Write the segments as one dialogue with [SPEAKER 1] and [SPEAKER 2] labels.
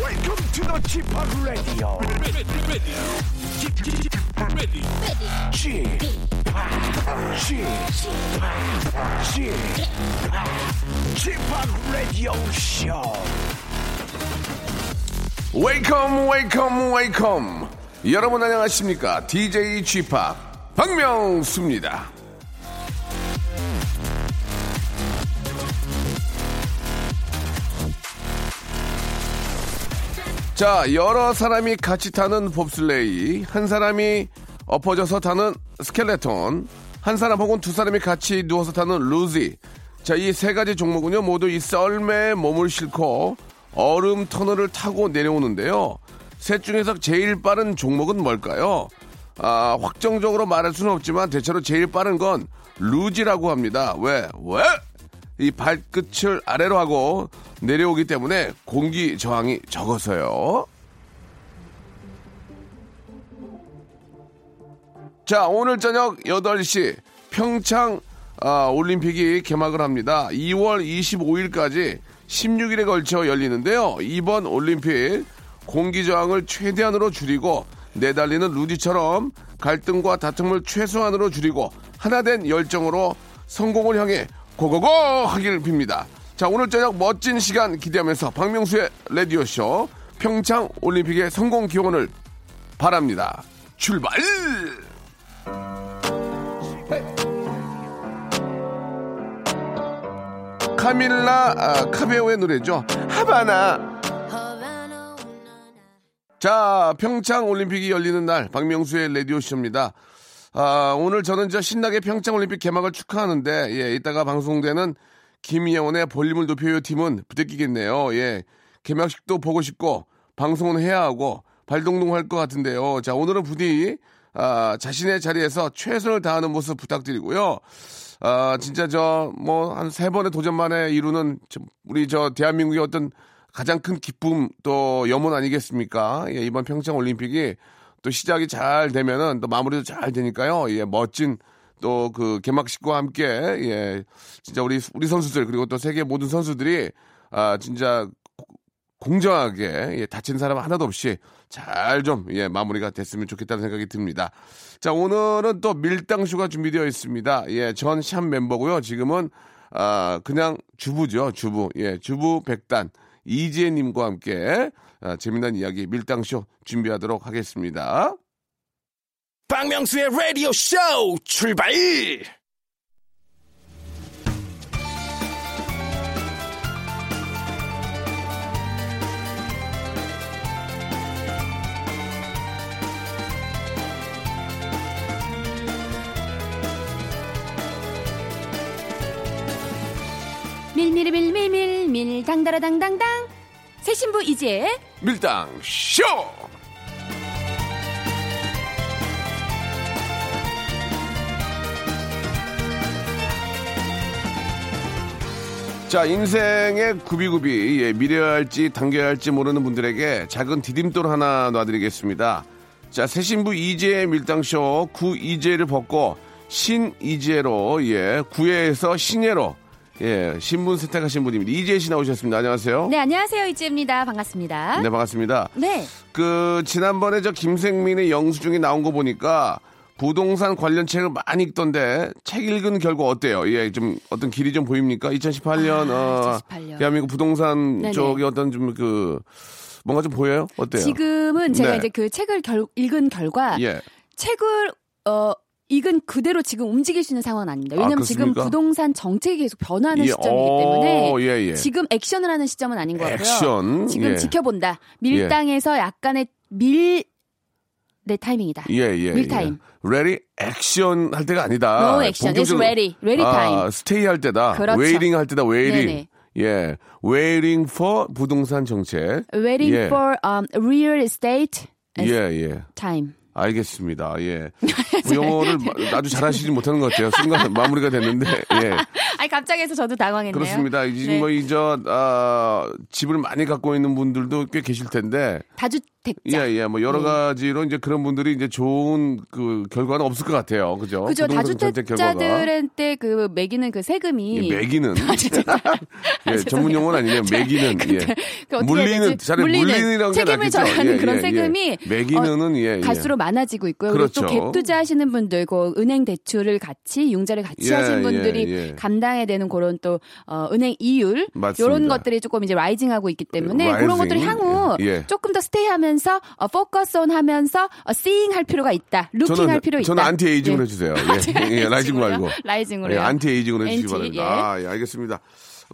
[SPEAKER 1] Welcome to the Chip Radio.
[SPEAKER 2] ready, ready, ready, ready.
[SPEAKER 1] Chip, Chip, Chip, Radio Show.
[SPEAKER 3] 웨이컴 웨이컴 웨이컴 여러분 안녕하십니까 DJ g p 박명수입니다 자 여러 사람이 같이 타는 봅슬레이 한 사람이 엎어져서 타는 스켈레톤 한 사람 혹은 두 사람이 같이 누워서 타는 루지 자 이 세 가지 종목은요 모두 이 썰매에 몸을 싣고 얼음 터널을 타고 내려오는데요 셋 중에서 제일 빠른 종목은 뭘까요? 아, 확정적으로 말할 수는 없지만 대체로 제일 빠른 건 루지라고 합니다. 왜? 왜? 이 발끝을 아래로 하고 내려오기 때문에 공기 저항이 적어서요. 자, 오늘 저녁 8시 평창 아, 올림픽이 개막을 합니다. 2월 25일까지 16일에 걸쳐 열리는데요. 이번 올림픽 공기 저항을 최대한으로 줄이고 내달리는 루디처럼 갈등과 다툼을 최소한으로 줄이고 하나된 열정으로 성공을 향해 고고고 하길 빕니다. 자, 오늘 저녁 멋진 시간 기대하면서 박명수의 라디오쇼 평창 올림픽의 성공 기원을 바랍니다. 출발! 카밀라 아, 카베오의 노래죠. 하바나. 자, 평창 올림픽이 열리는 날 박명수의 라디오 쇼입니다. 아, 오늘 저는 저 신나게 평창 올림픽 개막을 축하하는데 예, 이따가 방송되는 김예원의 볼륨을 높여요 팀은 부대끼겠네요. 예. 개막식도 보고 싶고 방송은 해야 하고 발동동 할 것 같은데요. 자, 오늘은 부디 아, 자신의 자리에서 최선을 다하는 모습 부탁드리고요. 아, 진짜 저 뭐 한 세 번의 도전만에 이루는 참 우리 저 대한민국의 어떤 가장 큰 기쁨 또 염원 아니겠습니까? 예, 이번 평창 올림픽이 또 시작이 잘 되면은 또 마무리도 잘 되니까요. 예, 멋진 또 그 개막식과 함께 예, 진짜 우리 우리 선수들 그리고 또 세계 모든 선수들이 아, 진짜 공정하게 예, 다친 사람 하나도 없이 잘 좀 예, 마무리가 됐으면 좋겠다는 생각이 듭니다. 자 오늘은 또 밀당쇼가 준비되어 있습니다. 예, 전 샵 멤버고요. 지금은 아 그냥 주부죠, 주부. 예, 주부 백단 이지혜님과 함께 아, 재미난 이야기 밀당쇼 준비하도록 하겠습니다.
[SPEAKER 1] 박명수의 라디오 쇼 출발!
[SPEAKER 4] 밀밀밀밀밀밀 당다라당당당 새신부 이지혜
[SPEAKER 3] 밀당쇼. 자 인생의 구비구비 예, 미래야 할지 당겨야 할지 모르는 분들에게 작은 디딤돌 하나 놔드리겠습니다. 자 새신부 이재 밀당쇼 구 이재를 벗고 신 이재로 예 구에서 신예로 예 신분 선택하신 분입니다. 이재 씨 나오셨습니다. 안녕하세요.
[SPEAKER 4] 네 안녕하세요 이지혜입니다 반갑습니다
[SPEAKER 3] 네 반갑습니다.
[SPEAKER 4] 네.
[SPEAKER 3] 그 지난번에 저 김생민의 영수증이 나온 거 보니까 부동산 관련 책을 많이 읽던데 책 읽은 결과 어때요? 예, 좀 어떤 길이 좀 보입니까? 2018년 어
[SPEAKER 4] 2018년.
[SPEAKER 3] 대한민국 부동산
[SPEAKER 4] 아, 네네.
[SPEAKER 3] 쪽이 어떤 좀 그 뭔가 좀 보여요? 어때요?
[SPEAKER 4] 지금은 제가
[SPEAKER 3] 네.
[SPEAKER 4] 이제 그 책을 결- 읽은 결과
[SPEAKER 3] 예.
[SPEAKER 4] 책을 어 읽은 그대로 지금 움직일 수 있는 상황은 아닙니다.
[SPEAKER 3] 아,
[SPEAKER 4] 왜냐하면 지금
[SPEAKER 3] 그렇습니까?
[SPEAKER 4] 부동산 정책이 계속 변하는
[SPEAKER 3] 예,
[SPEAKER 4] 시점이기
[SPEAKER 3] 어,
[SPEAKER 4] 때문에
[SPEAKER 3] 예, 예.
[SPEAKER 4] 지금 액션을 하는 시점은 아닌 것 같고요.
[SPEAKER 3] 액션.
[SPEAKER 4] 지금
[SPEAKER 3] 예.
[SPEAKER 4] 지켜본다. 밀당에서 약간의 밀 내 타이밍이다.
[SPEAKER 3] 예, 예.
[SPEAKER 4] 밀타임.
[SPEAKER 3] 예. 레디 액션 할 때가 아니다.
[SPEAKER 4] No action. It's
[SPEAKER 3] 본격적으로-
[SPEAKER 4] ready. Ready
[SPEAKER 3] 아,
[SPEAKER 4] time.
[SPEAKER 3] 스테이 할 때다.
[SPEAKER 4] 그렇죠.
[SPEAKER 3] 웨이팅 할 때다. 웨이팅.
[SPEAKER 4] 네네.
[SPEAKER 3] 예. 웨이팅 for 부동산 정책.
[SPEAKER 4] Waiting
[SPEAKER 3] 예.
[SPEAKER 4] for um, real estate
[SPEAKER 3] 예, 예.
[SPEAKER 4] time.
[SPEAKER 3] 알겠습니다. 예. 그 영어를 마- 아주 잘하시지 못하는 것 같아요. 순간 마무리가 됐는데. 예.
[SPEAKER 4] 아니 갑자기 해서 저도 당황했네요.
[SPEAKER 3] 그렇습니다. 지금
[SPEAKER 4] 네.
[SPEAKER 3] 뭐, 이저, 아, 집을 많이 갖고 있는 분들도 꽤 계실 텐데.
[SPEAKER 4] 다주 택자. 네.
[SPEAKER 3] 예, 예, 뭐 여러 가지로 이제 그런 분들이 이제 좋은 그 결과는 없을 것 같아요. 그죠?
[SPEAKER 4] 그죠
[SPEAKER 3] 어, 부동산 전체 결과가.
[SPEAKER 4] 다주택자들한테 그 매기는 그 세금이 아,
[SPEAKER 3] 예, 매기는 예,
[SPEAKER 4] 죄송해요.
[SPEAKER 3] 전문 용어는 아니네요. 매기는 예.
[SPEAKER 4] 그 어떻게 해야
[SPEAKER 3] 물리는
[SPEAKER 4] 되지?
[SPEAKER 3] 차라리
[SPEAKER 4] 물리는.
[SPEAKER 3] 물리는이라고 해야
[SPEAKER 4] 책임을
[SPEAKER 3] 낫겠죠.
[SPEAKER 4] 져야
[SPEAKER 3] 예,
[SPEAKER 4] 하는 그런
[SPEAKER 3] 예, 예.
[SPEAKER 4] 세금이
[SPEAKER 3] 매기는은 예, 예.
[SPEAKER 4] 갈수록 많아지고 있고요.
[SPEAKER 3] 그렇죠.
[SPEAKER 4] 그리고 또갭 투자하시는 분들, 그 은행 대출을 같이 융자를 같이
[SPEAKER 3] 예,
[SPEAKER 4] 하신 분들이
[SPEAKER 3] 예, 예.
[SPEAKER 4] 감당해야 되는 그런 또 어, 은행 이율
[SPEAKER 3] 맞습니다.
[SPEAKER 4] 이런 것들이 조금 이제 라이징하고 있기 때문에
[SPEAKER 3] 라이징.
[SPEAKER 4] 그런 것들이 향후
[SPEAKER 3] 예, 예.
[SPEAKER 4] 조금 더 스테이하면서 어, 포커스 온 하면서 어, seeing 할 필요가 있다, 루킹
[SPEAKER 3] 저는
[SPEAKER 4] 할 필요 있다.
[SPEAKER 3] 저는 안티 에이징으로
[SPEAKER 4] 예.
[SPEAKER 3] 해주세요.
[SPEAKER 4] 아,
[SPEAKER 3] 예, 예, 라이징
[SPEAKER 4] 라이징으로요?
[SPEAKER 3] 말고
[SPEAKER 4] 라이징으로요.
[SPEAKER 3] 예, 안티 에이징으로 해주시기
[SPEAKER 4] 엔티,
[SPEAKER 3] 바랍니다.
[SPEAKER 4] 예.
[SPEAKER 3] 아, 예, 알겠습니다.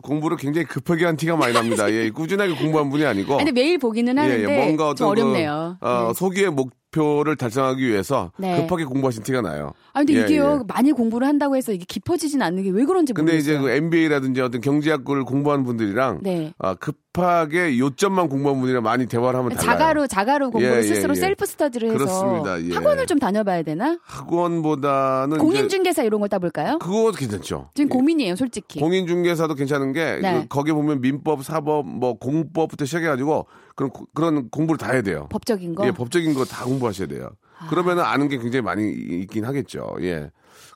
[SPEAKER 3] 공부를 굉장히 급하게 한 티가 많이 납니다. 예, 꾸준하게 공부한 분이 아니고.
[SPEAKER 4] 아니, 근데 매일
[SPEAKER 3] 예,
[SPEAKER 4] 보기는 하는데 좀
[SPEAKER 3] 그,
[SPEAKER 4] 어렵네요.
[SPEAKER 3] 어,
[SPEAKER 4] 네.
[SPEAKER 3] 소기의 목표를 달성하기 위해서
[SPEAKER 4] 네.
[SPEAKER 3] 급하게 공부하신 티가 나요.
[SPEAKER 4] 아 근데
[SPEAKER 3] 예,
[SPEAKER 4] 이게요
[SPEAKER 3] 예.
[SPEAKER 4] 많이 공부를 한다고 해서 이게 깊어지진 않는 게 왜 그런지
[SPEAKER 3] 근데
[SPEAKER 4] 모르겠어요.
[SPEAKER 3] 이제 그 MBA라든지 어떤 경제학을 공부하는 분들이랑
[SPEAKER 4] 네.
[SPEAKER 3] 아, 급하게 요점만 공부한 분이랑 많이 대화를 하면 달라요.
[SPEAKER 4] 자가로 자가로 공부를
[SPEAKER 3] 예, 예,
[SPEAKER 4] 스스로
[SPEAKER 3] 예.
[SPEAKER 4] 셀프 스터디를
[SPEAKER 3] 그렇습니다.
[SPEAKER 4] 해서
[SPEAKER 3] 예.
[SPEAKER 4] 학원을 좀 다녀봐야 되나?
[SPEAKER 3] 학원보다는 이제
[SPEAKER 4] 공인중개사 이런 걸 따볼까요?
[SPEAKER 3] 그거 괜찮죠.
[SPEAKER 4] 지금 고민이에요, 솔직히.
[SPEAKER 3] 공인중개사도 괜찮은 게
[SPEAKER 4] 네.
[SPEAKER 3] 그 거기 보면 민법, 사법, 뭐 공법부터 시작해가지고 그런 고- 그런 공부를 다 해야 돼요.
[SPEAKER 4] 법적인 거.
[SPEAKER 3] 예, 법적인 거 다 공부하셔야 돼요. 그러면은 아는 게 굉장히 많이 이- 있긴 하겠죠. 예.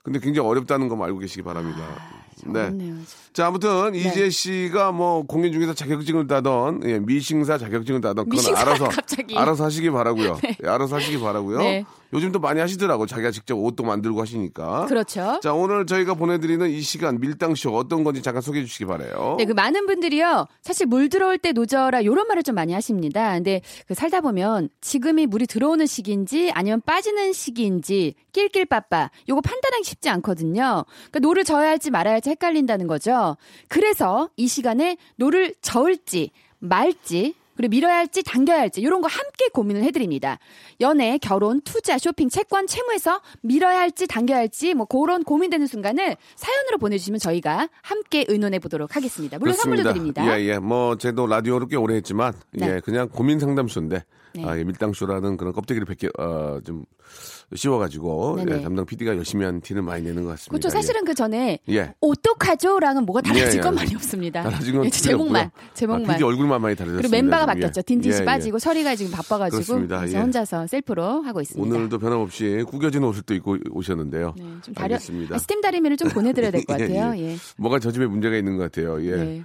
[SPEAKER 3] 근데 굉장히 어렵다는 거 알고 계시기 바랍니다.
[SPEAKER 4] 아, 어렵네요.
[SPEAKER 3] 자, 아무튼 이재 씨가 뭐 공인중개사 자격증을 따던 예, 미싱사 자격증을 따던 그건
[SPEAKER 4] 미싱사,
[SPEAKER 3] 알아서
[SPEAKER 4] 갑자기.
[SPEAKER 3] 알아서 하시기 바라고요. 예, 알아서 하시기 바라고요.
[SPEAKER 4] 네.
[SPEAKER 3] 요즘도 많이 하시더라고. 자기가 직접 옷도 만들고 하시니까.
[SPEAKER 4] 그렇죠.
[SPEAKER 3] 자, 오늘 저희가 보내드리는 이 시간 밀당쇼 어떤 건지 잠깐 소개해 주시기 바래요.
[SPEAKER 4] 네, 그 많은 분들이요. 사실 물 들어올 때 노져라 요런 말을 좀 많이 하십니다. 근데 그 살다 보면 지금이 물이 들어오는 시기인지 아니면 빠지는 시기인지 낄낄빠빠 요거 판단하기 쉽지 않거든요. 그러니까 노를 저어야 할지 말아야 할지 헷갈린다는 거죠. 그래서 이 시간에 노를 저을지 말지 그리고 밀어야 할지 당겨야 할지 요런 거 함께 고민을 해드립니다. 연애, 결혼, 투자, 쇼핑, 채권, 채무에서 밀어야 할지 당겨야 할지 뭐 그런 고민되는 순간을 사연으로 보내주시면 저희가 함께 의논해 보도록 하겠습니다. 물론 선물도 드립니다.
[SPEAKER 3] 예, 예. 뭐, 제도 라디오를 꽤 오래 했지만,
[SPEAKER 4] 네.
[SPEAKER 3] 예, 그냥 고민 상담쇼인데,
[SPEAKER 4] 네.
[SPEAKER 3] 아, 예, 밀당쇼라는 그런 껍데기를 벗겨, 어, 좀, 씌워가지고,
[SPEAKER 4] 네네.
[SPEAKER 3] 예, 담당 PD가 열심히 한 티는 많이 내는 것 같습니다.
[SPEAKER 4] 그렇죠. 사실은 그 전에
[SPEAKER 3] 예. 예.
[SPEAKER 4] 어떡하죠랑은 뭐가 달라질
[SPEAKER 3] 예, 예.
[SPEAKER 4] 건 많이 없습니다.
[SPEAKER 3] 달라진 건
[SPEAKER 4] 예,
[SPEAKER 3] 특별히
[SPEAKER 4] 제목만
[SPEAKER 3] 없고요. 아,
[SPEAKER 4] 제목만.
[SPEAKER 3] PD 얼굴만 많이 달라졌습니다.
[SPEAKER 4] 그리고 멤버가
[SPEAKER 3] 지금. 예.
[SPEAKER 4] 바뀌었죠. 딘딘 씨
[SPEAKER 3] 예, 예.
[SPEAKER 4] 빠지고 서리가 지금 바빠가지고
[SPEAKER 3] 그렇습니다.
[SPEAKER 4] 그래서
[SPEAKER 3] 예.
[SPEAKER 4] 혼자서 셀프로 하고 있습니다.
[SPEAKER 3] 오늘도 변함없이 구겨진 옷을 또 입고 오셨는데요.
[SPEAKER 4] 네, 좀 다려
[SPEAKER 3] 알겠습니다.
[SPEAKER 4] 스팀 다리미를 좀 보내드려야 될 것
[SPEAKER 3] 예,
[SPEAKER 4] 같아요.
[SPEAKER 3] 예.
[SPEAKER 4] 예.
[SPEAKER 3] 뭐가 저 집에 문제가 있는 것 같아요. 예.
[SPEAKER 4] 네.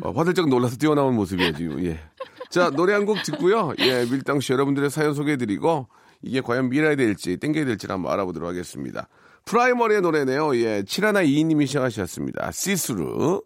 [SPEAKER 3] 어, 화들짝 놀라서 뛰어나온 모습이에요, 지금. 예. 자, 노래 한 곡 듣고요. 예, 밀당씨 여러분들의 사연 소개해드리고, 이게 과연 밀어야 될지, 땡겨야 될지를 한번 알아보도록 하겠습니다. 프라이머리의 노래네요. 예, 7122님이 시작하셨습니다. 시스루.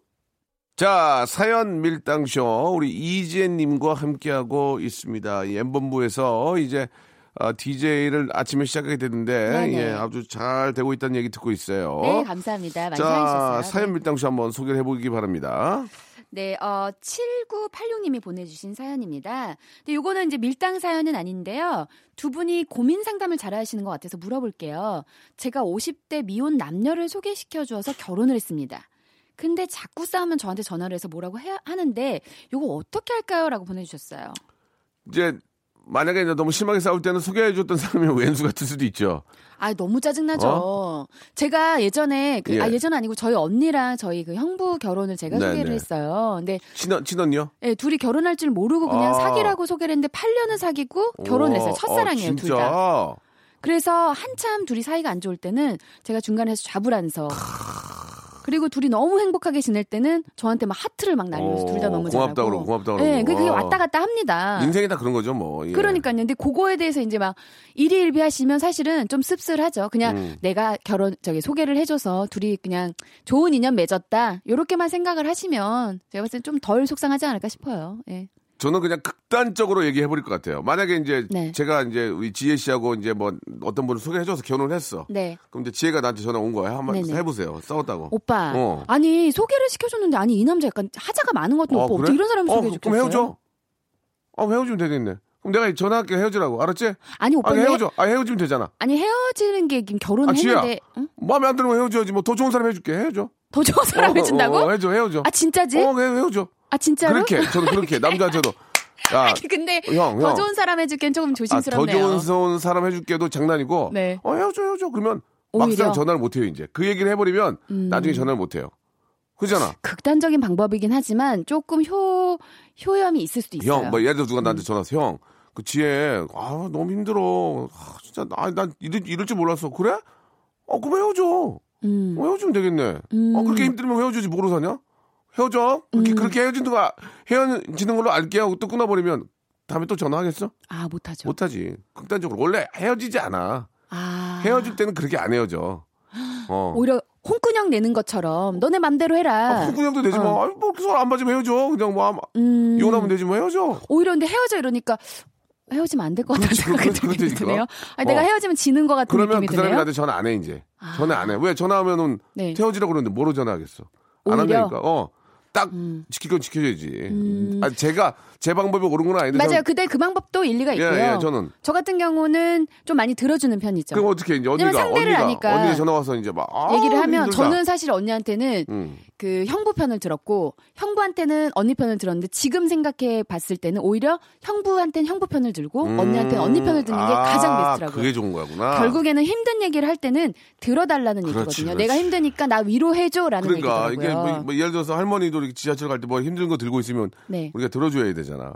[SPEAKER 3] 자, 사연 밀당쇼. 우리 이지혜님과 함께하고 있습니다. 이 엠본부에서 이제 아, DJ를 아침에 시작하게 됐는데,
[SPEAKER 4] 네네.
[SPEAKER 3] 예, 아주 잘 되고 있다는 얘기 듣고 있어요.
[SPEAKER 4] 네, 감사합니다. 많이
[SPEAKER 3] 자,
[SPEAKER 4] 사랑해주셨어요.
[SPEAKER 3] 사연 밀당쇼 한번 소개를 해보기 바랍니다.
[SPEAKER 4] 네, 어, 7986님이 보내주신 사연입니다. 근데 요거는 이제 밀당 사연은 아닌데요. 두 분이 고민 상담을 잘 하시는 것 같아서 물어볼게요. 제가 50대 미혼 남녀를 소개시켜주어서 결혼을 했습니다. 근데 자꾸 싸우면 저한테 전화를 해서 뭐라고 해, 하는데 요거 어떻게 할까요? 라고 보내주셨어요.
[SPEAKER 3] 이제 만약에 이제 너무 심하게 싸울 때는 소개해줬던 사람이 왼수 같을 수도 있죠.
[SPEAKER 4] 아 너무 짜증나죠. 제가 예전에 그, 아
[SPEAKER 3] 어? 예.
[SPEAKER 4] 예전 아니고 저희 언니랑 저희 그 형부 결혼을 제가
[SPEAKER 3] 네,
[SPEAKER 4] 소개를
[SPEAKER 3] 네.
[SPEAKER 4] 했어요. 근데
[SPEAKER 3] 친언 친언요?
[SPEAKER 4] 예, 둘이 결혼할 줄 모르고 그냥
[SPEAKER 3] 아.
[SPEAKER 4] 사귀라고 소개를 했는데 8년을 사귀고 결혼을 했어요.
[SPEAKER 3] 아,
[SPEAKER 4] 첫사랑이에요, 둘 다. 그래서 한참 둘이 사이가 안 좋을 때는 제가 중간에서 좌불안서. 그리고 둘이 너무 행복하게 지낼 때는 저한테 막 하트를 막 날리면서 둘 다
[SPEAKER 3] 어,
[SPEAKER 4] 너무
[SPEAKER 3] 고맙다 그러고,
[SPEAKER 4] 잘하고.
[SPEAKER 3] 고맙다
[SPEAKER 4] 예,
[SPEAKER 3] 그러고.
[SPEAKER 4] 그- 그게
[SPEAKER 3] 어.
[SPEAKER 4] 왔다 갔다 합니다.
[SPEAKER 3] 인생이 다 그런 거죠, 뭐. 예.
[SPEAKER 4] 아. 그러니까요. 근데 그거에 대해서 이제 막 일희일비하시면 사실은 좀 씁쓸하죠. 그냥
[SPEAKER 3] 음.
[SPEAKER 4] 내가 결혼 저기 소개를 해줘서 둘이 그냥 좋은 인연 맺었다 요렇게만 생각을 하시면 제가 봤을 때 좀 덜 속상하지 않을까 싶어요. 예.
[SPEAKER 3] 저는 그냥 극단적으로 얘기해 버릴 것 같아요. 만약에 이제
[SPEAKER 4] 네.
[SPEAKER 3] 제가 이제 우리 지혜 씨하고 이제 뭐 어떤 분을 소개해줘서 결혼을 했어.
[SPEAKER 4] 네.
[SPEAKER 3] 그럼 이제 지혜가 나한테 전화 온 거야. 한번
[SPEAKER 4] 네네.
[SPEAKER 3] 해보세요. 싸웠다고.
[SPEAKER 4] 오빠.
[SPEAKER 3] 어.
[SPEAKER 4] 아니 소개를 시켜줬는데 아니 이 남자 약간 하자가 많은 것 같은데
[SPEAKER 3] 어,
[SPEAKER 4] 오빠
[SPEAKER 3] 그래?
[SPEAKER 4] 어떻게 뭐, 이런 사람
[SPEAKER 3] 어,
[SPEAKER 4] 소개해
[SPEAKER 3] 그럼
[SPEAKER 4] 줬겠어요?
[SPEAKER 3] 헤어져. 어, 헤어지면 되겠네. 그럼 내가 전화할게 헤어지라고. 알았지?
[SPEAKER 4] 아니 오빠
[SPEAKER 3] 아,
[SPEAKER 4] 는
[SPEAKER 3] 헤어져. 아, 헤어지면 되잖아.
[SPEAKER 4] 아니 헤어지는 게 지금
[SPEAKER 3] 아, 지혜야.
[SPEAKER 4] 결혼했는데 응?
[SPEAKER 3] 마음에 안 들면 헤어져야지. 뭐 더 좋은 사람 해줄게. 헤어져.
[SPEAKER 4] 더 좋은 사람 해준다고?
[SPEAKER 3] 어, 어, 헤어져, 헤어져.
[SPEAKER 4] 아 진짜지?
[SPEAKER 3] 어, 그냥 헤어져.
[SPEAKER 4] 아 진짜로?
[SPEAKER 3] 그렇게, 저도 그렇게, 남자한테도. 야,
[SPEAKER 4] 근데
[SPEAKER 3] 형,
[SPEAKER 4] 더
[SPEAKER 3] 형.
[SPEAKER 4] 좋은 사람 해줄기엔 조금
[SPEAKER 3] 아, 더
[SPEAKER 4] 조심스럽네요.
[SPEAKER 3] 좋은 서- 사람 해줄게도 장난이고,
[SPEAKER 4] 네.
[SPEAKER 3] 어, 헤어져, 헤어져. 그러면
[SPEAKER 4] 오히려. 음.
[SPEAKER 3] 막상 전화를 못해요, 이제. 그 얘기를 해버리면 나중에 전화를 못해요. 그잖아.
[SPEAKER 4] 극단적인 방법이긴 하지만 조금 효 효염이 있을 수도 있어요.
[SPEAKER 3] 뭐
[SPEAKER 4] 음.
[SPEAKER 3] 형, 뭐, 예를 들어 누가 나한테 전화해서, 형, 그 지혜, 아, 너무 힘들어. 아, 진짜, 아, 난 이럴, 이럴 줄 몰랐어. 그래? 어, 그럼 헤어져.
[SPEAKER 4] 음.
[SPEAKER 3] 어, 헤어지면 되겠네.
[SPEAKER 4] 음.
[SPEAKER 3] 어, 그렇게 힘들면 헤어지지 뭐로 사냐? 헤어져. 그렇게, 그렇게 헤어지는 거, 헤어지는 걸로 알게 하고 또 끊어버리면 다음에 또 전화하겠어?
[SPEAKER 4] 아 못하죠.
[SPEAKER 3] 못하지. 극단적으로. 원래 헤어지지 않아.
[SPEAKER 4] 아
[SPEAKER 3] 헤어질 때는 그렇게 안 헤어져. 어.
[SPEAKER 4] 오히려 홍군형 내는 것처럼 너네 맘대로 해라.
[SPEAKER 3] 아, 후구형도 되지 뭐. 아니, 뭐, 그래서 안 맞으면 헤어져. 그냥 뭐, 아마
[SPEAKER 4] 어. 음.
[SPEAKER 3] 이혼하면 되지 뭐, 헤어져.
[SPEAKER 4] 오히려 근데 헤어져 이러니까 헤어지면 안 될 것 같다는
[SPEAKER 3] 그렇지,
[SPEAKER 4] 생각이
[SPEAKER 3] 그렇죠. 그렇지,
[SPEAKER 4] 들긴
[SPEAKER 3] 그렇지,
[SPEAKER 4] 드네요. 아니,
[SPEAKER 3] 어.
[SPEAKER 4] 내가 헤어지면 지는 것 같은
[SPEAKER 3] 그러면
[SPEAKER 4] 느낌이
[SPEAKER 3] 그 사람이
[SPEAKER 4] 드네요. 아.
[SPEAKER 3] 나한테 전화 안 해, 이제. 전화 안 해. 왜 전화하면은
[SPEAKER 4] 네.
[SPEAKER 3] 헤어지라고 그러는데 뭐로 전화하겠어? 안
[SPEAKER 4] 오히려? 음.
[SPEAKER 3] 한다니까. 어. 딱 지킬 건 지켜줘야지. 아, 제가 제 방법이 옳은 건 아닌데.
[SPEAKER 4] 맞아요.
[SPEAKER 3] 저는-
[SPEAKER 4] 그때 그 방법도 일리가
[SPEAKER 3] 예,
[SPEAKER 4] 있고요.
[SPEAKER 3] 예, 저는.
[SPEAKER 4] 저 같은 경우는 좀 많이 들어주는 편이죠.
[SPEAKER 3] 그럼 어떻게 이제 언니가
[SPEAKER 4] 왜냐면 상대를
[SPEAKER 3] 언니가
[SPEAKER 4] 아니까.
[SPEAKER 3] 언니가 전화 와서 이제 막 아,
[SPEAKER 4] 얘기를 하면
[SPEAKER 3] 힘들다.
[SPEAKER 4] 저는 사실 언니한테는
[SPEAKER 3] 음.
[SPEAKER 4] 그 형부 편을 들었고 형부한테는 언니 편을 들었는데 지금 생각해 봤을 때는 오히려 형부한테는 형부 편을 들고 언니한테는 언니 편을 듣는 게
[SPEAKER 3] 음. 아,
[SPEAKER 4] 가장 베스트라고요.
[SPEAKER 3] 그게 좋은 거구나.
[SPEAKER 4] 결국에는 힘든 얘기를 할 때는 들어달라는
[SPEAKER 3] 그렇죠, 그렇지,
[SPEAKER 4] 얘기거든요.
[SPEAKER 3] 그렇지.
[SPEAKER 4] 내가 힘드니까 나 위로해줘라는
[SPEAKER 3] 그러니까 이게
[SPEAKER 4] 얘기더라고요.
[SPEAKER 3] 뭐, 뭐 예를 들어서 할머니도 이렇게 지하철 갈 때 뭐 힘든 거 들고 있으면
[SPEAKER 4] 네.
[SPEAKER 3] 우리가 들어줘야 되잖아.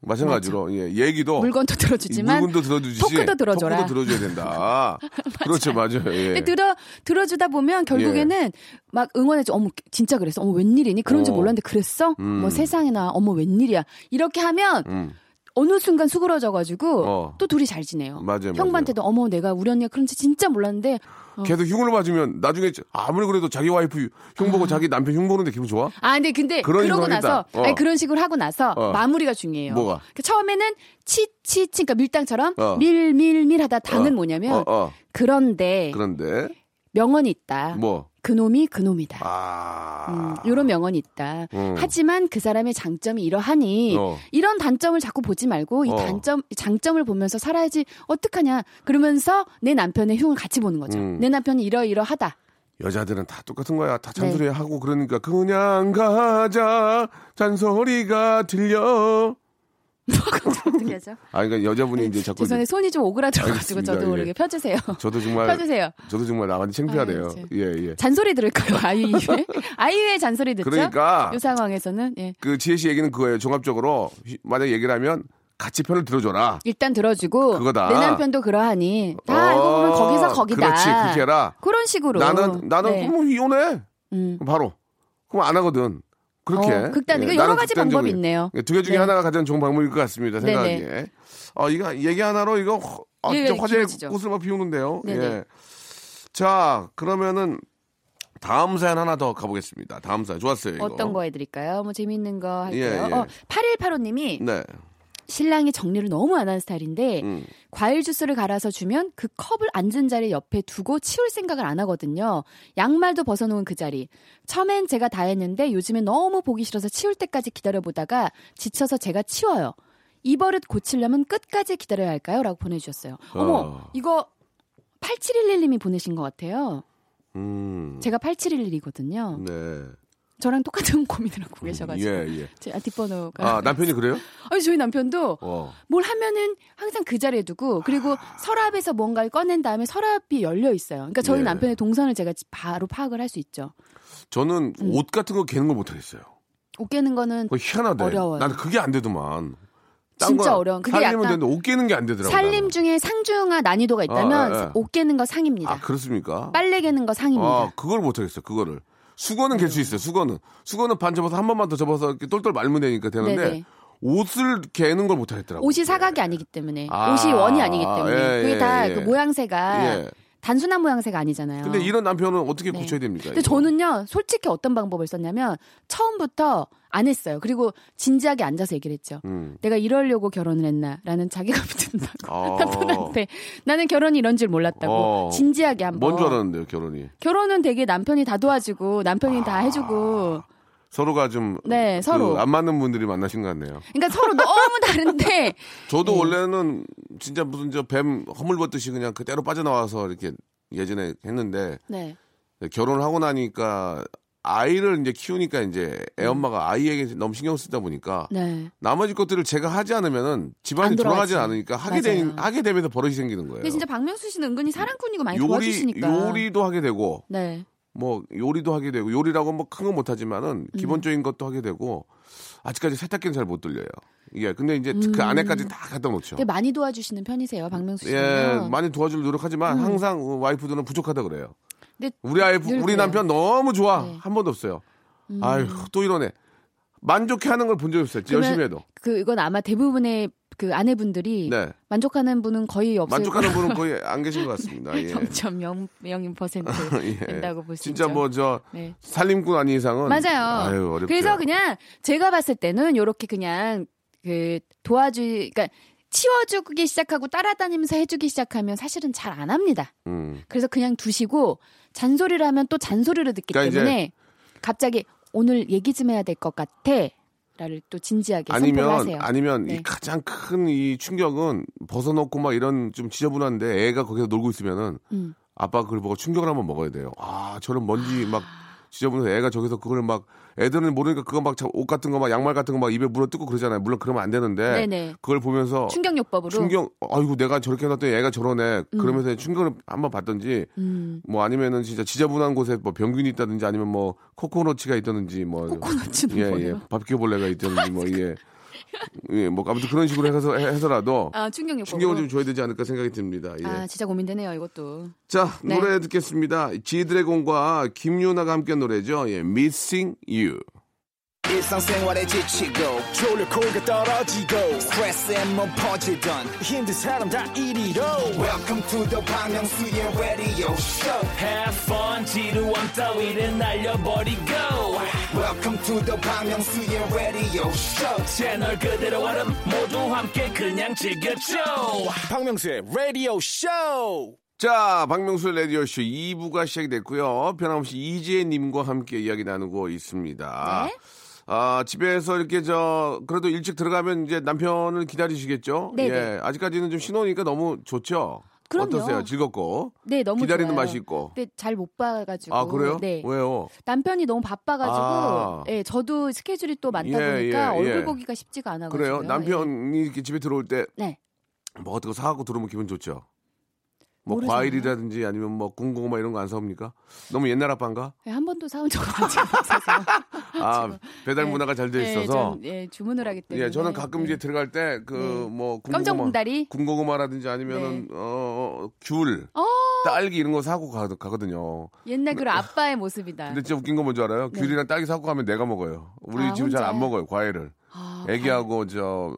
[SPEAKER 3] 마찬가지로 예, 얘기도
[SPEAKER 4] 물건도 들어주지만
[SPEAKER 3] 물건도 들어주지
[SPEAKER 4] 토크도 들어줘라.
[SPEAKER 3] 토크도 들어줘야 된다. 그렇죠, 맞아요. 예.
[SPEAKER 4] 근데 들어 들어주다 보면 결국에는 막 응원해줘. 어머 진짜 그랬어. 어머 웬일이니? 그런 줄
[SPEAKER 3] 어.
[SPEAKER 4] 몰랐는데 그랬어? 뭐 세상에나 어머 웬일이야? 이렇게 하면
[SPEAKER 3] 음.
[SPEAKER 4] 어느 순간 수그러져가지고
[SPEAKER 3] 어.
[SPEAKER 4] 또 둘이 잘 지내요.
[SPEAKER 3] 맞아요,
[SPEAKER 4] 형부한테도 어머 내가 우리 언니가 그런지 진짜 몰랐는데
[SPEAKER 3] 계속 흉을 맞으면 나중에 아무리 그래도 자기 와이프 흉 보고 자기 남편 흉 보는데 기분 좋아?
[SPEAKER 4] 아 근데 근데
[SPEAKER 3] 그런
[SPEAKER 4] 그러고
[SPEAKER 3] 인상이다.
[SPEAKER 4] 나서
[SPEAKER 3] 어.
[SPEAKER 4] 아니, 그런 식으로 하고 나서
[SPEAKER 3] 어.
[SPEAKER 4] 마무리가 중요해요.
[SPEAKER 3] 뭐가?
[SPEAKER 4] 그 처음에는 치치치 그러니까 밀당처럼
[SPEAKER 3] 어.
[SPEAKER 4] 밀밀밀하다 당은
[SPEAKER 3] 어.
[SPEAKER 4] 뭐냐면 예.
[SPEAKER 3] 어, 어.
[SPEAKER 4] 그런데
[SPEAKER 3] 그런데
[SPEAKER 4] 명언이 있다.
[SPEAKER 3] 뭐?
[SPEAKER 4] 그놈이 그놈이다.
[SPEAKER 3] 아.
[SPEAKER 4] 음, 요런 명언이 있다.
[SPEAKER 3] 음.
[SPEAKER 4] 하지만 그 사람의 장점이 이러하니
[SPEAKER 3] 어.
[SPEAKER 4] 이런 단점을 자꾸 보지 말고 이
[SPEAKER 3] 어.
[SPEAKER 4] 단점 이 장점을 보면서 살아야지 어떡하냐 그러면서 내 남편의 흉을 같이 보는 거죠.
[SPEAKER 3] 음.
[SPEAKER 4] 내 남편이 이러이러하다.
[SPEAKER 3] 여자들은 다 똑같은 거야. 다
[SPEAKER 4] 네.
[SPEAKER 3] 잔소리 하고 그러니까 그냥 가자. 잔소리가 들려.
[SPEAKER 4] 어떻게 하죠?
[SPEAKER 3] 아 그러니까 여자분이 이제 자꾸
[SPEAKER 4] 뭐 죄송해요 손이 좀 오그라들어가지고
[SPEAKER 3] 알겠습니다.
[SPEAKER 4] 저도 모르게
[SPEAKER 3] 예. 아.
[SPEAKER 4] 펴주세요.
[SPEAKER 3] 저도 정말
[SPEAKER 4] 펴주세요.
[SPEAKER 3] 저도 정말 나한테 창피하네요.
[SPEAKER 4] 아유, 진짜.
[SPEAKER 3] 예, 예.
[SPEAKER 4] 잔소리 들을까요? 아이유의 아이유의 잔소리 듣죠?
[SPEAKER 3] 그러니까
[SPEAKER 4] 이 상황에서는 예.
[SPEAKER 3] 그 지혜 씨 얘기는 그거예요. 종합적으로 휘- 만약 얘기를 하면 같이 편을 들어줘라.
[SPEAKER 4] 일단 들어주고
[SPEAKER 3] 그거다.
[SPEAKER 4] 내 남편도 그러하니 다 알고
[SPEAKER 3] 어,
[SPEAKER 4] 보면 아, 거기서 거기다.
[SPEAKER 3] 그렇지, 그렇게 해라.
[SPEAKER 4] 런 식으로
[SPEAKER 3] 아, 나는 나는 뭐
[SPEAKER 4] 네.
[SPEAKER 3] 그럼 이혼해.
[SPEAKER 4] 음.
[SPEAKER 3] 그럼 바로 그럼 안 하거든. 그렇게
[SPEAKER 4] 어, 극단. 이거
[SPEAKER 3] 예,
[SPEAKER 4] 여러
[SPEAKER 3] 나는
[SPEAKER 4] 가지
[SPEAKER 3] 극단적이에요.
[SPEAKER 4] 방법이 있네요.
[SPEAKER 3] 예, 두개 중에
[SPEAKER 4] 네.
[SPEAKER 3] 하나가 가장 좋은 방법일 것 같습니다. 생각에.
[SPEAKER 4] 네네.
[SPEAKER 3] 어 이거 얘기 하나로 이거 허- 아,
[SPEAKER 4] 예,
[SPEAKER 3] 진짜
[SPEAKER 4] 예,
[SPEAKER 3] 화제의
[SPEAKER 4] 길어지죠.
[SPEAKER 3] 꽃을 막 피우는데요.
[SPEAKER 4] 네네.
[SPEAKER 3] 예. 자 그러면은 다음 사연 하나 더 가보겠습니다. 다음 사연 좋았어요. 이거.
[SPEAKER 4] 어떤 거 해드릴까요? 뭐 재밌는 거 할게요.
[SPEAKER 3] 예, 예.
[SPEAKER 4] 어, 8185님이
[SPEAKER 3] 네.
[SPEAKER 4] 신랑이 정리를 너무 안 하는 스타일인데
[SPEAKER 3] 음.
[SPEAKER 4] 과일 주스를 갈아서 주면 그 컵을 앉은 자리 옆에 두고 치울 생각을 안 하거든요. 양말도 벗어놓은 그 자리. 처음엔 제가 다 했는데 요즘엔 너무 보기 싫어서 치울 때까지 기다려보다가 지쳐서 제가 치워요. 이 버릇 고치려면 끝까지 기다려야 할까요? 라고 보내주셨어요. 어머,
[SPEAKER 3] 어.
[SPEAKER 4] 이거 8711님이 보내신 것 같아요.
[SPEAKER 3] 음.
[SPEAKER 4] 제가 8711이거든요.
[SPEAKER 3] 네.
[SPEAKER 4] 저랑 똑같은 고민을 하고 계셔가지고.
[SPEAKER 3] 예, 예.
[SPEAKER 4] 제 뒷번호가.
[SPEAKER 3] 아, 남편이 그래요?
[SPEAKER 4] 아니 저희 남편도
[SPEAKER 3] 어.
[SPEAKER 4] 뭘 하면은 항상 그 자리에 두고 그리고
[SPEAKER 3] 아.
[SPEAKER 4] 서랍에서 뭔가를 꺼낸 다음에 서랍이 열려 있어요. 그러니까 저희
[SPEAKER 3] 예.
[SPEAKER 4] 남편의 동선을 제가 바로 파악을 할 수 있죠.
[SPEAKER 3] 저는
[SPEAKER 4] 음.
[SPEAKER 3] 옷 같은 거 개는 걸 못하겠어요.
[SPEAKER 4] 옷 깨는 거는
[SPEAKER 3] 그거 희한하다.
[SPEAKER 4] 어려워요.
[SPEAKER 3] 나는 그게 안 되더만. 딴
[SPEAKER 4] 진짜
[SPEAKER 3] 건
[SPEAKER 4] 어려운- 그게
[SPEAKER 3] 살림은
[SPEAKER 4] 약간
[SPEAKER 3] 되는데 옷 깨는 게 안 되더라고요.
[SPEAKER 4] 살림
[SPEAKER 3] 나는.
[SPEAKER 4] 중에 상중하 난이도가 있다면
[SPEAKER 3] 아, 예, 예.
[SPEAKER 4] 옷 깨는 거 상입니다.
[SPEAKER 3] 아, 그렇습니까?
[SPEAKER 4] 빨래 깨는 거 상입니다.
[SPEAKER 3] 아, 그걸 못하겠어요. 그거를. 수건은
[SPEAKER 4] 음.
[SPEAKER 3] 갤 수 있어요. 수건은. 수건은 반 접어서 한 번만 더 접어서 이렇게 똘똘 말면 되니까 되는데
[SPEAKER 4] 네네.
[SPEAKER 3] 옷을 개는 걸 못하겠더라고요.
[SPEAKER 4] 옷이 사각이 아니기 때문에
[SPEAKER 3] 아,
[SPEAKER 4] 옷이 원이 아니기 때문에
[SPEAKER 3] 예,
[SPEAKER 4] 그게
[SPEAKER 3] 예,
[SPEAKER 4] 다
[SPEAKER 3] 예.
[SPEAKER 4] 그 모양새가
[SPEAKER 3] 예.
[SPEAKER 4] 단순한 모양새가 아니잖아요. 네.
[SPEAKER 3] 근데 이런 남편은 어떻게 고쳐야 됩니까? 그러니까
[SPEAKER 4] 근데
[SPEAKER 3] 이거?
[SPEAKER 4] 저는요, 솔직히 어떤 방법을 썼냐면 처음부터 안 했어요. 그리고 진지하게 앉아서 얘기를 했죠.
[SPEAKER 3] 음.
[SPEAKER 4] 내가 이러려고 결혼을 했나라는 자기가 붙는다고
[SPEAKER 3] 어.
[SPEAKER 4] 남편한테 나는 결혼이 이런 줄 몰랐다고
[SPEAKER 3] 어.
[SPEAKER 4] 진지하게 한번.
[SPEAKER 3] 뭔줄 알았는데요, 결혼이.
[SPEAKER 4] 결혼은 되게 남편이 다 도와주고 남편이
[SPEAKER 3] 아.
[SPEAKER 4] 다 해주고
[SPEAKER 3] 서로가 좀.
[SPEAKER 4] 네,
[SPEAKER 3] 그
[SPEAKER 4] 서로.
[SPEAKER 3] 안 맞는 분들이 만나신 것 같네요.
[SPEAKER 4] 그러니까 서로 너무 다른데
[SPEAKER 3] 저도
[SPEAKER 4] 네.
[SPEAKER 3] 원래는 진짜 무슨 저 뱀 허물 벗듯이 그냥 그대로 빠져나와서 이렇게 예전에 했는데
[SPEAKER 4] 네.
[SPEAKER 3] 결혼을 하고 나니까 아이를 이제 키우니까 이제
[SPEAKER 4] 음.
[SPEAKER 3] 애 엄마가 아이에게 너무 신경 쓰다 보니까
[SPEAKER 4] 네.
[SPEAKER 3] 나머지 것들을 제가 하지 않으면은
[SPEAKER 4] 안
[SPEAKER 3] 집안이
[SPEAKER 4] 돌아가지.
[SPEAKER 3] 돌아가지 않으니까 하게 되
[SPEAKER 4] 맞아요.
[SPEAKER 3] 하게 되면서 버릇이 생기는 거예요.
[SPEAKER 4] 근데 진짜 박명수 씨는 은근히 사랑꾼이고 많이
[SPEAKER 3] 요리
[SPEAKER 4] 도와주시니까.
[SPEAKER 3] 요리도 하게 되고
[SPEAKER 4] 네.
[SPEAKER 3] 뭐 요리도 하게 되고
[SPEAKER 4] 음.
[SPEAKER 3] 요리라고 뭐 큰 건 못하지만은 기본적인 것도 하게 되고 아직까지 세탁기는 잘 못 돌려요. 예, 근데 이제
[SPEAKER 4] 음.
[SPEAKER 3] 그 안에까지 다 갖다 놓죠.
[SPEAKER 4] 되게 많이 도와주시는 편이세요, 박명수 씨는.
[SPEAKER 3] 예, 많이 도와줄 노력하지만 항상 와이프들은 부족하다 그래요.
[SPEAKER 4] 음. 근데
[SPEAKER 3] 우리 와이프,
[SPEAKER 4] 늘
[SPEAKER 3] 우리
[SPEAKER 4] 그래요.
[SPEAKER 3] 남편 너무 좋아.
[SPEAKER 4] 네.
[SPEAKER 3] 한 번도 없어요.
[SPEAKER 4] 음.
[SPEAKER 3] 아유, 또 이러네. 만족해 하는 걸 본 적이 없어요.
[SPEAKER 4] 그러면
[SPEAKER 3] 열심히 해도.
[SPEAKER 4] 그 이건 아마 대부분의 그 아내분들이
[SPEAKER 3] 네.
[SPEAKER 4] 만족하는 분은 거의 없을
[SPEAKER 3] 만족하는 분은 거의 안 계신 것 같습니다. 예.
[SPEAKER 4] 0.001%
[SPEAKER 3] 예.
[SPEAKER 4] 된다고 볼수
[SPEAKER 3] 진짜
[SPEAKER 4] 있죠.
[SPEAKER 3] 뭐 저
[SPEAKER 4] 네.
[SPEAKER 3] 살림꾼 아닌 이상은
[SPEAKER 4] 맞아요.
[SPEAKER 3] 아유, 어렵죠.
[SPEAKER 4] 그래서 그냥 제가 봤을 때는 요렇게 그냥 그 도와주 그러니까 치워주기 시작하고 따라다니면서 해주기 시작하면 사실은 잘 안 합니다.
[SPEAKER 3] 음.
[SPEAKER 4] 그래서 그냥 두시고 잔소리를 하면 또 잔소리를 듣기
[SPEAKER 3] 그러니까
[SPEAKER 4] 때문에 갑자기 오늘 얘기 좀 해야 될 것 같아. 라를 또 진지하게 예, 선포를
[SPEAKER 3] 아니면
[SPEAKER 4] 하세요.
[SPEAKER 3] 아니면
[SPEAKER 4] 네.
[SPEAKER 3] 이 가장 큰 이 충격은 벗어놓고 막 이런 좀 지저분한데 애가 거기서 놀고 있으면은
[SPEAKER 4] 음.
[SPEAKER 3] 아빠 가 그걸 보고 충격을 한번 먹어야 돼요. 아 저런 먼지 막 지저분해서 애가 저기서 그걸 막 애들은 모르니까 그거 막 옷 같은 거 막 양말 같은 거 막 입에 물어 뜯고 그러잖아요. 물론 그러면 안 되는데
[SPEAKER 4] 네네.
[SPEAKER 3] 그걸 보면서
[SPEAKER 4] 충격요법으로.
[SPEAKER 3] 어. 충격 아이고 내가 저렇게 해놨더니 애가 저러네 그러면서 충격을 한번 받던지
[SPEAKER 4] 음.
[SPEAKER 3] 뭐 아니면은 진짜 지저분한 곳에 뭐 병균이 있다든지 아니면 뭐 코코넛이가 있다든지 뭐
[SPEAKER 4] 코코넛은
[SPEAKER 3] 예,
[SPEAKER 4] 뭐예요?
[SPEAKER 3] 예. 바퀴벌레가 있다든지 뭐 예. 예, 뭐 아무튼 그런 식으로 해서 해- 해서라도
[SPEAKER 4] 아, 충격요법.
[SPEAKER 3] 신경을 좀 줘야 되지 않을까 생각이 듭니다. 예.
[SPEAKER 4] 아, 진짜 고민되네요, 이것도.
[SPEAKER 3] 자,
[SPEAKER 4] 네.
[SPEAKER 3] 노래 듣겠습니다. 지드래곤과 김유나가 함께한 노래죠. 예, Missing You.
[SPEAKER 5] 일상생활에 지치고, 졸려 코가 떨어지고, 스트레스에 몸 퍼지던,
[SPEAKER 1] 힘든 사람 다 이리로
[SPEAKER 5] welcome to the Bang Myung-soo's radio show
[SPEAKER 2] Have fun 지루한 따위를 날려버리고
[SPEAKER 5] welcome to the Bang Myung-soo's radio show
[SPEAKER 2] 채널 그대로 와름 모두 함께 그냥 즐겨줘
[SPEAKER 1] 박명수의 라디오 쇼
[SPEAKER 3] 자, 박명수 라디오 쇼 2부가 시작이 됐고요. 변함없이 이지혜 님과 함께 이야기 나누고 있습니다.
[SPEAKER 4] 네.
[SPEAKER 3] 아, 집에서 이렇게 저 그래도 일찍 들어가면 이제 남편을 기다리시겠죠?
[SPEAKER 4] 네,
[SPEAKER 3] 예.
[SPEAKER 4] 네.
[SPEAKER 3] 아직까지는 좀 신혼이니까 너무 좋죠.
[SPEAKER 4] 그럼요.
[SPEAKER 3] 어떠세요? 즐겁고.
[SPEAKER 4] 네, 너무
[SPEAKER 3] 기다리는
[SPEAKER 4] 좋아요.
[SPEAKER 3] 맛이 있고.
[SPEAKER 4] 근데 잘 못 봐가지고.
[SPEAKER 3] 아, 그래요?
[SPEAKER 4] 네.
[SPEAKER 3] 왜요?
[SPEAKER 4] 남편이 너무 바빠가지고,
[SPEAKER 3] 아.
[SPEAKER 4] 예, 저도 스케줄이 또 많다
[SPEAKER 3] 예,
[SPEAKER 4] 보니까
[SPEAKER 3] 예,
[SPEAKER 4] 얼굴
[SPEAKER 3] 예.
[SPEAKER 4] 보기가 쉽지가 않아가지고.
[SPEAKER 3] 그래요? 남편이 이렇게 집에 들어올 때
[SPEAKER 4] 네.
[SPEAKER 3] 뭐 어떤 거 사갖고 들어오면 기분 좋죠? 뭐
[SPEAKER 4] 모르잖아요.
[SPEAKER 3] 과일이라든지 아니면 뭐 군고구마 이런 거 안 사옵니까? 너무 옛날 아빠인가?
[SPEAKER 4] 예, 한 번도 사온 적 없어서.
[SPEAKER 3] 아 배달
[SPEAKER 4] 네.
[SPEAKER 3] 문화가 잘 돼 있어서
[SPEAKER 4] 예, 좀, 예, 주문을 하기 때문에.
[SPEAKER 3] 예 저는 가끔
[SPEAKER 4] 네.
[SPEAKER 3] 이제 들어갈 때 그
[SPEAKER 4] 네.
[SPEAKER 3] 뭐
[SPEAKER 4] 깜짝 네.
[SPEAKER 3] 군고구마
[SPEAKER 4] 공다리.
[SPEAKER 3] 군고구마라든지 아니면은 어, 어귤
[SPEAKER 4] 어,
[SPEAKER 3] 딸기 이런 거 사고 가, 거든요
[SPEAKER 4] 옛날 그 아빠의 모습이다.
[SPEAKER 3] 네. 근데 진짜 웃긴 건 뭔지 알아요? 귤이랑 딸기 사고 가면 내가 먹어요. 우리
[SPEAKER 4] 네. 아,
[SPEAKER 3] 집은 잘 안
[SPEAKER 4] 혼자요?
[SPEAKER 3] 먹어요 과일을.
[SPEAKER 4] 아,
[SPEAKER 3] 애기하고 저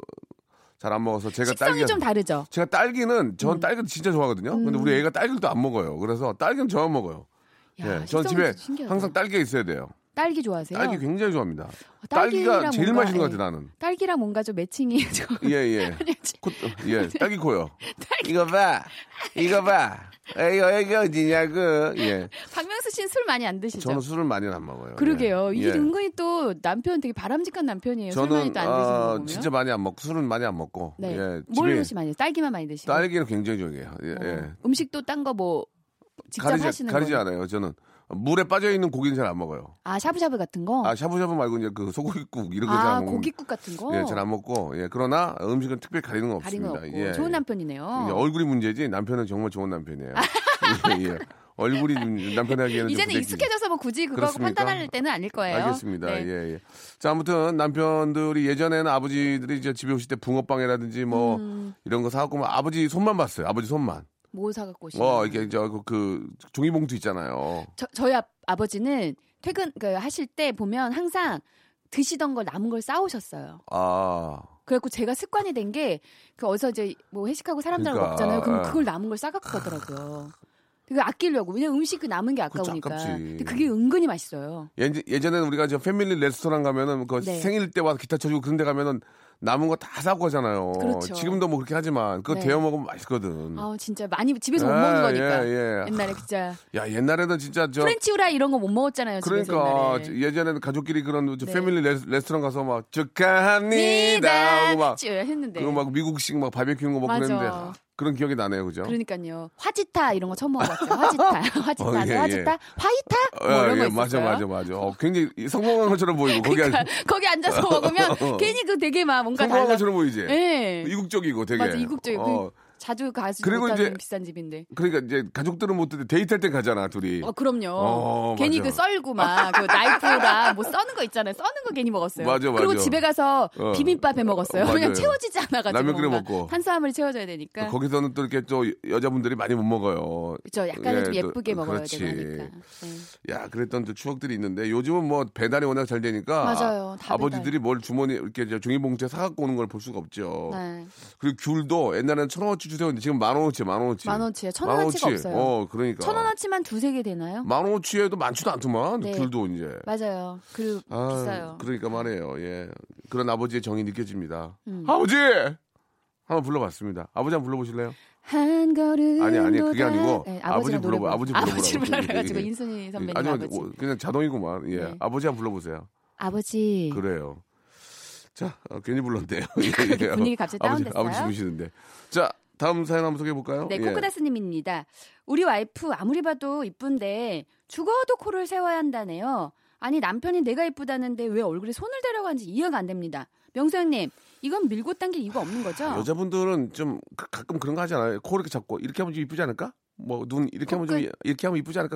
[SPEAKER 3] 잘 안 먹어서 제가
[SPEAKER 4] 식성이
[SPEAKER 3] 딸기
[SPEAKER 4] 좀 다르죠.
[SPEAKER 3] 제가 딸기는
[SPEAKER 4] 음.
[SPEAKER 3] 전 딸기 진짜 좋아하거든요. 근데 우리 애가 딸기를 또 안 먹어요. 그래서 딸기는 저만 먹어요.
[SPEAKER 4] 야,
[SPEAKER 3] 예, 전
[SPEAKER 4] 식성이
[SPEAKER 3] 집에
[SPEAKER 4] 진짜 신기하다.
[SPEAKER 3] 항상 딸기가 있어야 돼요.
[SPEAKER 4] 딸기 좋아하세요?
[SPEAKER 3] 딸기 굉장히 좋아합니다.
[SPEAKER 4] 어, 딸기랑
[SPEAKER 3] 딸기가 제일
[SPEAKER 4] 뭔가,
[SPEAKER 3] 맛있는 것
[SPEAKER 4] 예.
[SPEAKER 3] 같아 나는.
[SPEAKER 4] 딸기랑 뭔가 좀 매칭이 좀
[SPEAKER 3] 예, 예. 코, 예, 딸기 코요. 이거 봐. 이거 봐. 이거, 이거 어디냐고. 예.
[SPEAKER 4] 박명수 씨는 술 많이 안 드시죠?
[SPEAKER 3] 저는 술을 많이는 안 먹어요.
[SPEAKER 4] 그러게요.
[SPEAKER 3] 예.
[SPEAKER 4] 이게
[SPEAKER 3] 예.
[SPEAKER 4] 은근히 또 남편 되게 바람직한 남편이에요. 술 많이
[SPEAKER 3] 저는
[SPEAKER 4] 또 안 드시는 거
[SPEAKER 3] 어,
[SPEAKER 4] 보면.
[SPEAKER 3] 진짜 많이 안 먹고 술은 많이 안 먹고.
[SPEAKER 4] 네.
[SPEAKER 3] 예.
[SPEAKER 4] 뭘
[SPEAKER 3] 집에
[SPEAKER 4] 드시 많이 드세요? 딸기만 많이 드시고. 어.
[SPEAKER 3] 딸기는 굉장히 좋아해요. 예, 예.
[SPEAKER 4] 음식도 딴 거 뭐 직접
[SPEAKER 3] 가리지,
[SPEAKER 4] 하시는
[SPEAKER 3] 가리지
[SPEAKER 4] 거.
[SPEAKER 3] 않아요. 저는 물에 빠져 있는 고기는 잘 안 먹어요.
[SPEAKER 4] 아, 샤브샤브 같은 거?
[SPEAKER 3] 아 샤브샤브 말고 이제 그 소고기국 이런 거 잘
[SPEAKER 4] 아,
[SPEAKER 3] 안 먹고
[SPEAKER 4] 고깃국 같은 거?
[SPEAKER 3] 예잘 안 먹고 예 그러나 음식은 특별히 가리는 건
[SPEAKER 4] 가리는
[SPEAKER 3] 없습니다.
[SPEAKER 4] 거 없고.
[SPEAKER 3] 예,
[SPEAKER 4] 좋은
[SPEAKER 3] 예.
[SPEAKER 4] 남편이네요.
[SPEAKER 3] 이제 얼굴이 문제지 남편은 정말 좋은 남편이에요. 예, 예. 얼굴이 좀 남편에게는
[SPEAKER 4] 아. 이제는
[SPEAKER 3] 좀 부대끼-
[SPEAKER 4] 익숙해져서 뭐 굳이 그거
[SPEAKER 3] 그렇습니까?
[SPEAKER 4] 판단할 때는 아닐 거예요.
[SPEAKER 3] 알겠습니다.
[SPEAKER 4] 네.
[SPEAKER 3] 예, 예. 자, 아무튼 남편들이 예전에는 아버지들이 이제 집에 오실 때 붕어빵이라든지 뭐
[SPEAKER 4] 음.
[SPEAKER 3] 이런 거 사갖고 막 아버지 손만 봤어요. 아버지 손만.
[SPEAKER 4] 뭐 사갖고 오시나요?
[SPEAKER 3] 어, 이게 저그 그 종이봉투 있잖아요.
[SPEAKER 4] 저, 저희 아, 아버지는 퇴근 그, 하실 때 보면 항상 드시던 걸 남은 걸 싸오셨어요.
[SPEAKER 3] 아,
[SPEAKER 4] 그래갖고 제가 습관이 된 게 그 어디서 이제 뭐 회식하고 사람들하고
[SPEAKER 3] 그러니까,
[SPEAKER 4] 먹잖아요. 그럼
[SPEAKER 3] 예.
[SPEAKER 4] 그걸 남은 걸 싸갖고 가더라고요. 그거 아끼려고 왜냐면 음식 그 남은 게 아까우니까.
[SPEAKER 3] 아깝지.
[SPEAKER 4] 근데 그게 은근히 맛있어요.
[SPEAKER 3] 예, 예전에 우리가 저 패밀리 레스토랑 가면은 그
[SPEAKER 4] 네.
[SPEAKER 3] 생일 때 와서 기타 쳐주고 그런 데 가면은 남은 거 다 사고 하잖아요.
[SPEAKER 4] 그렇죠.
[SPEAKER 3] 지금도 뭐 그렇게 하지만 그거
[SPEAKER 4] 네.
[SPEAKER 3] 데워 먹으면 맛있거든.
[SPEAKER 4] 아우 진짜 많이 집에서 못
[SPEAKER 3] 예,
[SPEAKER 4] 먹는 거니까.
[SPEAKER 3] 예, 예.
[SPEAKER 4] 옛날에 진짜
[SPEAKER 3] 야, 옛날에는 진짜 저
[SPEAKER 4] 프렌치 후라이 이런 거 못 먹었잖아요.
[SPEAKER 3] 그러니까
[SPEAKER 4] 집에서 옛날에.
[SPEAKER 3] 예전에는 가족끼리 그런 저
[SPEAKER 4] 네.
[SPEAKER 3] 패밀리 레, 스토랑 가서 막 축하합니다 하고 그러니까, 막
[SPEAKER 4] 쭉 했는데.
[SPEAKER 3] 그거 막 미국식 막 바베큐 먹고
[SPEAKER 4] 네. 맞아.
[SPEAKER 3] 그랬는데 아, 그런 기억이 나네요. 그죠?
[SPEAKER 4] 그러니까요. 화지타 이런 거 처음 먹어봤어요. 화지타, 화지타,
[SPEAKER 3] 어, 예, 예.
[SPEAKER 4] 화지타, 화이타 뭐
[SPEAKER 3] 아,
[SPEAKER 4] 이런 거
[SPEAKER 3] 예, 맞아
[SPEAKER 4] 있었어요.
[SPEAKER 3] 맞아
[SPEAKER 4] 그러니까
[SPEAKER 3] 맞아. 어, 굉장히 성공한 것처럼 보이고 거기 아주
[SPEAKER 4] 거기 앉아서 먹으면
[SPEAKER 3] 어.
[SPEAKER 4] 괜히 그 되게 막 뭔가
[SPEAKER 3] 성공한
[SPEAKER 4] 달라.
[SPEAKER 3] 것처럼 보이지.
[SPEAKER 4] 예.
[SPEAKER 3] 이국적이고 되게.
[SPEAKER 4] 맞아, 이국적이고.
[SPEAKER 3] 어,
[SPEAKER 4] 자주 가지
[SPEAKER 3] 그리고
[SPEAKER 4] 못하는
[SPEAKER 3] 이제-
[SPEAKER 4] 비싼 집인데.
[SPEAKER 3] 그러니까 이제 가족들은 못 듣는데 데이트할 때 가잖아 둘이.
[SPEAKER 4] 어 그럼요.
[SPEAKER 3] 예. 어,
[SPEAKER 4] 괜히
[SPEAKER 3] 맞아.
[SPEAKER 4] 그 썰고 막그 나이프랑 뭐 써는 거 있잖아요. 써는 거 괜히 먹었어요.
[SPEAKER 3] 맞아, 맞아.
[SPEAKER 4] 그리고 집에 가서
[SPEAKER 3] 어.
[SPEAKER 4] 비빔밥 해 먹었어요.
[SPEAKER 3] 어, 맞아요.
[SPEAKER 4] 그냥 채워지지 않아가지고
[SPEAKER 3] 라면 끓여
[SPEAKER 4] 뭔가
[SPEAKER 3] 먹고. 그
[SPEAKER 4] 탄수화물이 채워져야 되니까.
[SPEAKER 3] 거기서는 또 이렇게 또 여자분들이 많이 못 먹어요.
[SPEAKER 4] 그렇죠. 약간은 좀
[SPEAKER 3] 예, 또-
[SPEAKER 4] 예쁘게 먹어야
[SPEAKER 3] 그렇지. 어.
[SPEAKER 4] 되니까. 네.
[SPEAKER 3] 야, 그랬던 또 추억들이 있는데 요즘은 뭐 배달이 워낙 잘 되니까
[SPEAKER 4] 맞아요. 다
[SPEAKER 3] 아버지들이 뭘 주머니 이렇게 이제 종이봉투에 사갖고 오는 걸 볼 수가 없죠.
[SPEAKER 4] 네. 네.
[SPEAKER 3] 그리고 귤도 옛날에는 천 원어치 주세요. 근데 지금 만 원어치, 만 원어치.
[SPEAKER 4] 만 원어치예요. 천 원어치가 없어요.
[SPEAKER 3] 어, 그러니까.
[SPEAKER 4] 천 원어치만 두세 개 되나요?
[SPEAKER 3] 만 원어치에도 많지도 않더만.
[SPEAKER 4] 네.
[SPEAKER 3] 귤도 이제.
[SPEAKER 4] 맞아요. 그리고
[SPEAKER 3] 아,
[SPEAKER 4] 비싸요. 네.
[SPEAKER 3] 그러니까 말해요. 예. 그런 아버지의 정이 느껴집니다.
[SPEAKER 4] 음.
[SPEAKER 3] 아버지! 한번 불러봤습니다. 아버지 한번 불러보실래요?
[SPEAKER 4] 한 걸음
[SPEAKER 3] 아니, 아니, 그게
[SPEAKER 4] 보다-
[SPEAKER 3] 아니고
[SPEAKER 4] 네,
[SPEAKER 3] 아버지
[SPEAKER 4] 아버지랑 노래
[SPEAKER 3] 불러봐, 아버지 불러보라고.
[SPEAKER 4] 아버지를 불러가지고
[SPEAKER 3] 예, 예.
[SPEAKER 4] 인순이 선배님
[SPEAKER 3] 아니면
[SPEAKER 4] 아버지.
[SPEAKER 3] 뭐 그냥 자동이구만. 예.
[SPEAKER 4] 네.
[SPEAKER 3] 아버지 한번 불러보세요.
[SPEAKER 4] 아버지.
[SPEAKER 3] 그래요. 자, 어, 괜히 불렀대요. 예,
[SPEAKER 4] 그러게
[SPEAKER 3] 예.
[SPEAKER 4] 분위기 갑자기
[SPEAKER 3] 아버지,
[SPEAKER 4] 다운됐어요?
[SPEAKER 3] 아버지 예. 주무시는데. 자, 다음 사연 한번 소개해 볼까요?
[SPEAKER 4] 네, 코코다스님입니다. 우리 와이프 아무리 봐도 이쁜데 죽어도 코를 세워야 한다네요. 아니 남편이 내가 이쁘다는데 왜 얼굴에 손을 대라고 하는지 이해가 안 됩니다. 명수 형님, 이건 밀고 당길 이유가 없는 거죠?
[SPEAKER 3] 아, 여자분들은 좀 가- 가끔 그런 거 하지 않아요? 코 이렇게 잡고 이렇게 하면 좀 이쁘지 않을까? 뭐 눈 이렇게 하면 좀
[SPEAKER 4] 코끝.
[SPEAKER 3] 이- 이렇게 하면 이쁘지 않을까?